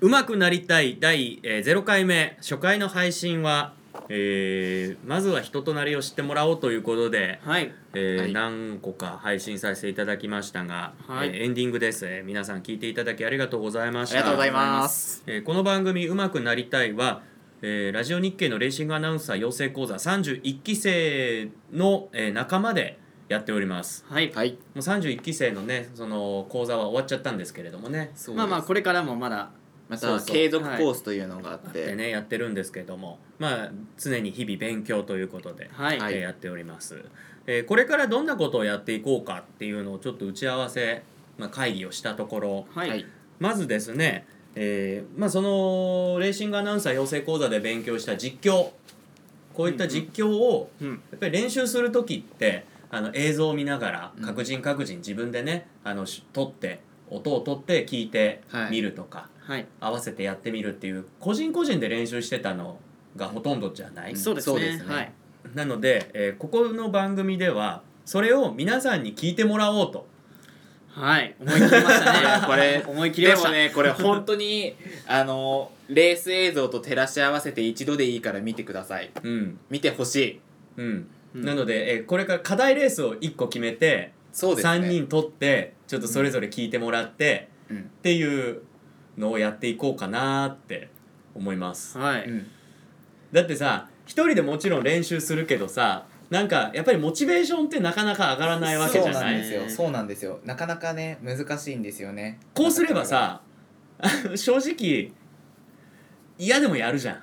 うまくなりたい第、えー0回目初回の配信は、えーまずは人となりを知ってもらおうということで、はいえーはい何個か配信させていただきましたが、はいえーエンディングです、えー皆さん聞いていただきありがとうございましありたがとうございます。えーこの番組「うまくなりたいは」えーラジオ日経のレーシングアナウンサー養成講座31期生の、えー仲間でやっておりますはい、はい。もう31期生のねその講座は終わっちゃったんですけれどもねそうですまあまあこれからもまだまそうたそう継続コースというのがあって、でねやってるんですけれどもまあ常に日々勉強ということで、はい、はえいーやっております、えーこれからどんなことをやっていこうかっていうのをちょっと打ち合わせ、まあ、会議をしたところはいはいまずですね、えーまあ、そのレーシングアナウンサー養成講座で勉強した実況こういった実況をうんやっぱり練習する時ってあの映像を見ながらうん各人各人自分でねあのし撮って音を撮って聞いてはい見るとか、はい合わせてやってみるっていう個人個人で練習してたのがほとんどじゃない、んそうですそねうですねはいなので、えーここの番組ではそれを皆さんに聞いてもらおうとはい思い切りましたねい やこれ思い切りでましもたねこれ本当にあのレース映像と照らし合わせて一度でいいから見てくださいうん見てほしいうん、うんなので、えーこれから課題レースを1個決めて、そうですね3人取ってちょっとそれぞれ聞いてもらって、うんっていうのをやっていこうかなって思います、はういんだってさ一人でもちろん練習するけどさなんかやっぱりモチベーションってなかなか上がらないわけじそゃうなないんですよそうなんですよなかなかね難しいんですよねこうすればさ正直嫌でもやるじゃん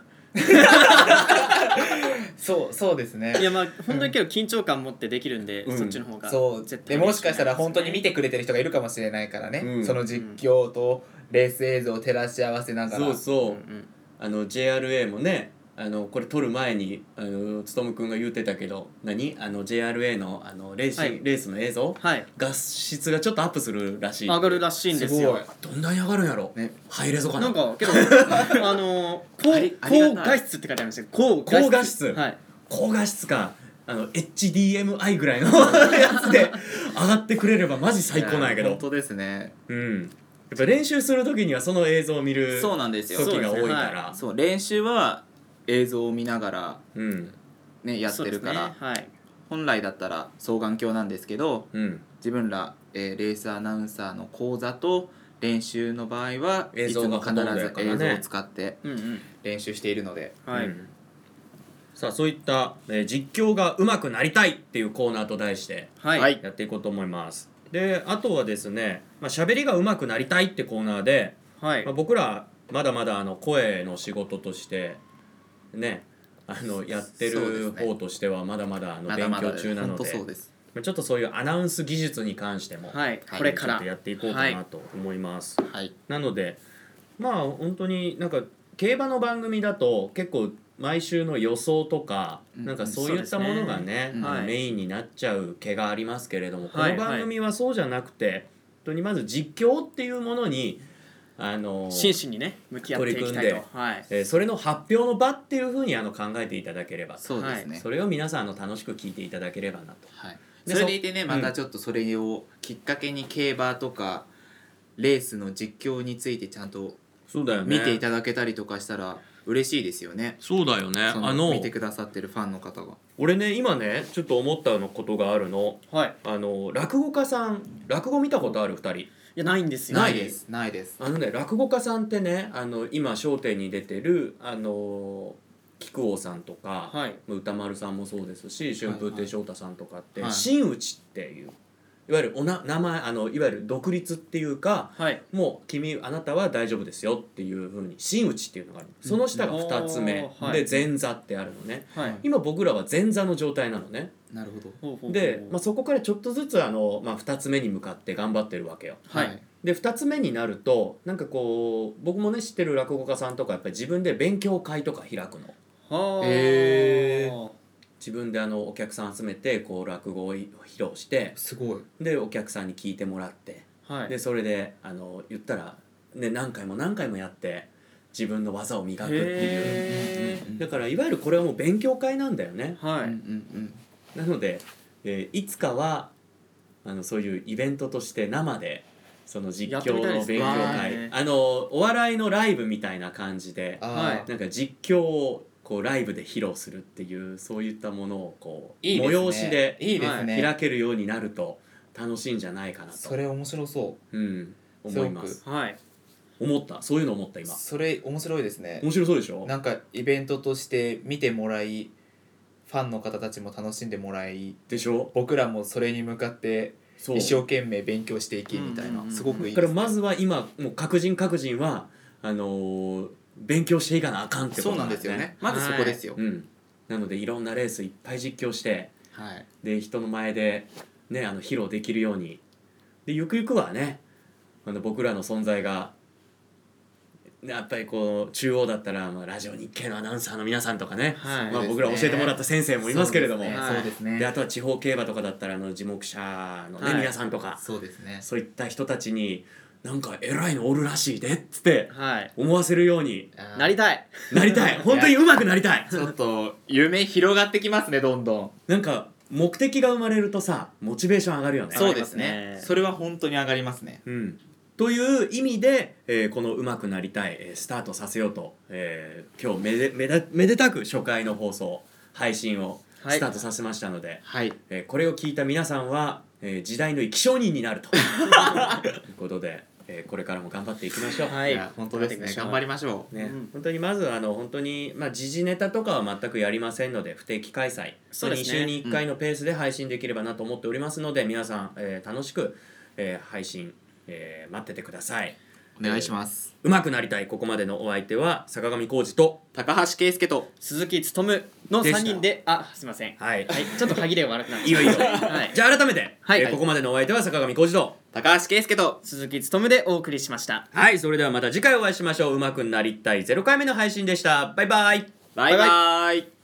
そうそうですねいやまあ本当にけど緊張感持ってできるんで、うんそっちの方がそう絶対でもしかしたら本当に見ててくれてる人がいるかもしれないからね、うんその実況とレース映像を照らし合わせながらそうそう、うんあの JRA もねあのこれ撮る前にあの勉君が言ってたけど何あの JRA のあのレーシン、はいレースの映像はい画質がちょっとアップするらしい上がるらしいんですよすどんなに上がるんやろ、ねハイレゾかななんかけ どあのあーりあり高が高たい画質って書いてありましたよ高高画質はい高画質感あの HDMI ぐらいの やつで上がってくれればマジ最高なんやけ本ど当ですねうんやっぱ練習する時にはその映像を見るそうなんですよ時が多いかそうですねらはそう練習は映像を見ながら、うんね、やってるかそら、うですねはい本来だったら双眼鏡なんですけどうん自分ら、えーレースアナウンサーの講座と練習の場合は映い像つがもほと必んどやからね、ず映像を使ってうんうん練習しているので、はいうんさあそういった、えー実況が上手くなりたいっていうコーナーと題してはいはいやっていこうと思いますであとはですね、まあ、喋りが上手くなりたいってコーナーで、はいまあ、僕らまだまだあの声の仕事としてねあのやってそうでるすね方としてはまだまだあのま勉だまだ強中なの本当でそうですまあちょっとそういうアナウンス技術に関しても、はいこれかちょらっとやっていこうかなと思います、はいなのでまあ本当になんか競馬の番組だと結構毎週の予想とか、うんなんかそういったものがねそうですねあのはいメインになっちゃう毛がありますけれども、はいこの番組はそうじゃなくて、本当にまず実況っていうものにあの真摯にね向き合っていきたい取り組んとはいえーそれの発表の場っていうふうにあの考えていただければそうですね、それを皆さんあの楽しく聞いていただければなと。はい、でそれでいてねそまたちょっとそれをきっかけに競馬とかレースの実況についてちゃんとそうだよ見ていただけたりとかしたら嬉しいですよねそうだよねそあの見てくださってるファンの方が俺ね今ねちょっと思ったのことがあるのはいあの落語家さん落語見たことある2人いやないんですよないですないですあのね落語家さんってねあの今『笑点』に出てるあの木久扇さんとか、はい歌丸さんもそうですし春風亭昇太さんとかって、はい真打ちっていういわゆるおな名前あのいわゆる独立っていうかはいもう君あなたは大丈夫ですよっていうふうに真打ちっていうのがあるその下が2つ目、うでんおー前座ってあるのねはい今僕らは前座の状態なのねなるほほどうほうほうで、まあ、そこからちょっとずつあの、まあ、2つ目に向かって頑張ってるわけよはいで2つ目になるとなんかこう僕もね知ってる落語家さんとかやっぱり自分で勉強会とか開くのはあへー自分であのお客さん集めてこう落語を披露してすごいでお客さんに聞いてもらってはいでそれであの言ったら、ね、何回も何回もやって自分の技を磨くっていうへーだからいわゆるこれはもう勉強会なんだよねはうんういなんので、えーいつかはあのそういうイベントとして生でその実やって況みたいでのすね勉強は会、いあのお笑いのライブみたいな感じであーはいなんか実況をこうライブで披露するっていうそういったものをこういいですね催しでいいですね、開けるようになると楽しいんじゃないかなそと、れ面白そうん、思いますはい思ったそういうの思ったう今それ面白いですね面白そうでしょなんかイベントとして見てもらいファンの方たちも楽しんでもらいでしょ僕らもそれに向かってそう一生懸命勉強していきみたいうんうんうんなすごくいいだでかすらまずは今もう各人各人はあのー勉強していかなあかんってことそうなんですよねまずそこですようん、なのでいろんなレースいっぱい実況してはいで人の前で、ね、あの披露できるようにでゆくゆくはねあの僕らの存在がねやっぱりこう中央だったら、まあ、ラジオ日経のアナウンサーの皆さんとかね、はいまあ、そうですね僕ら教えてもらった先生もいますけれどもそうで,、ですねはいそうですねあとは地方競馬とかだったらあの地目者の、ねはい皆さんとかそうですねそういった人たちになんか偉いのおるらしいでっつってはい思わせるようにあーなりたいなりた い本当に上手くなりたいちょっと夢広がってきますねどんどんなんか目的が生まれるとさモチベーション上がるよねそうです上がりねますねそれは本当に上がりますねうん、という意味で、えーこの「うまくなりたい」えースタートさせようと、えー今日めでめだめでたく初回の放送配信をはいスタートさせましたので、はいえーこれを聞いた皆さんは、えー時代の生き証人になる ということで、えーこれからも頑張っていきましょう。はいいや本当ですね頑張りましょうねうん本当にまずあの本当に、まあ、時事ネタとかは全くやりませんので不定期開催、そうですね2週に1回のペースで配信できればなと思っておりますので、皆さん、えー楽しく、えー配信、えー待っててください。お願いしますうまくなりたいここまでのお相手は坂上浩二と高橋圭介と鈴木勉のでした3人であすいませんはいはいちょっと歯切れが悪くなっていいよいいよはいじゃあ改めて、はいえーここまでのお相手は坂上浩二と高橋圭介と鈴木勉でお送りしましたはいそれではまた次回お会いしましょううまくなりたい0回目の配信でしたバイバイバイバイ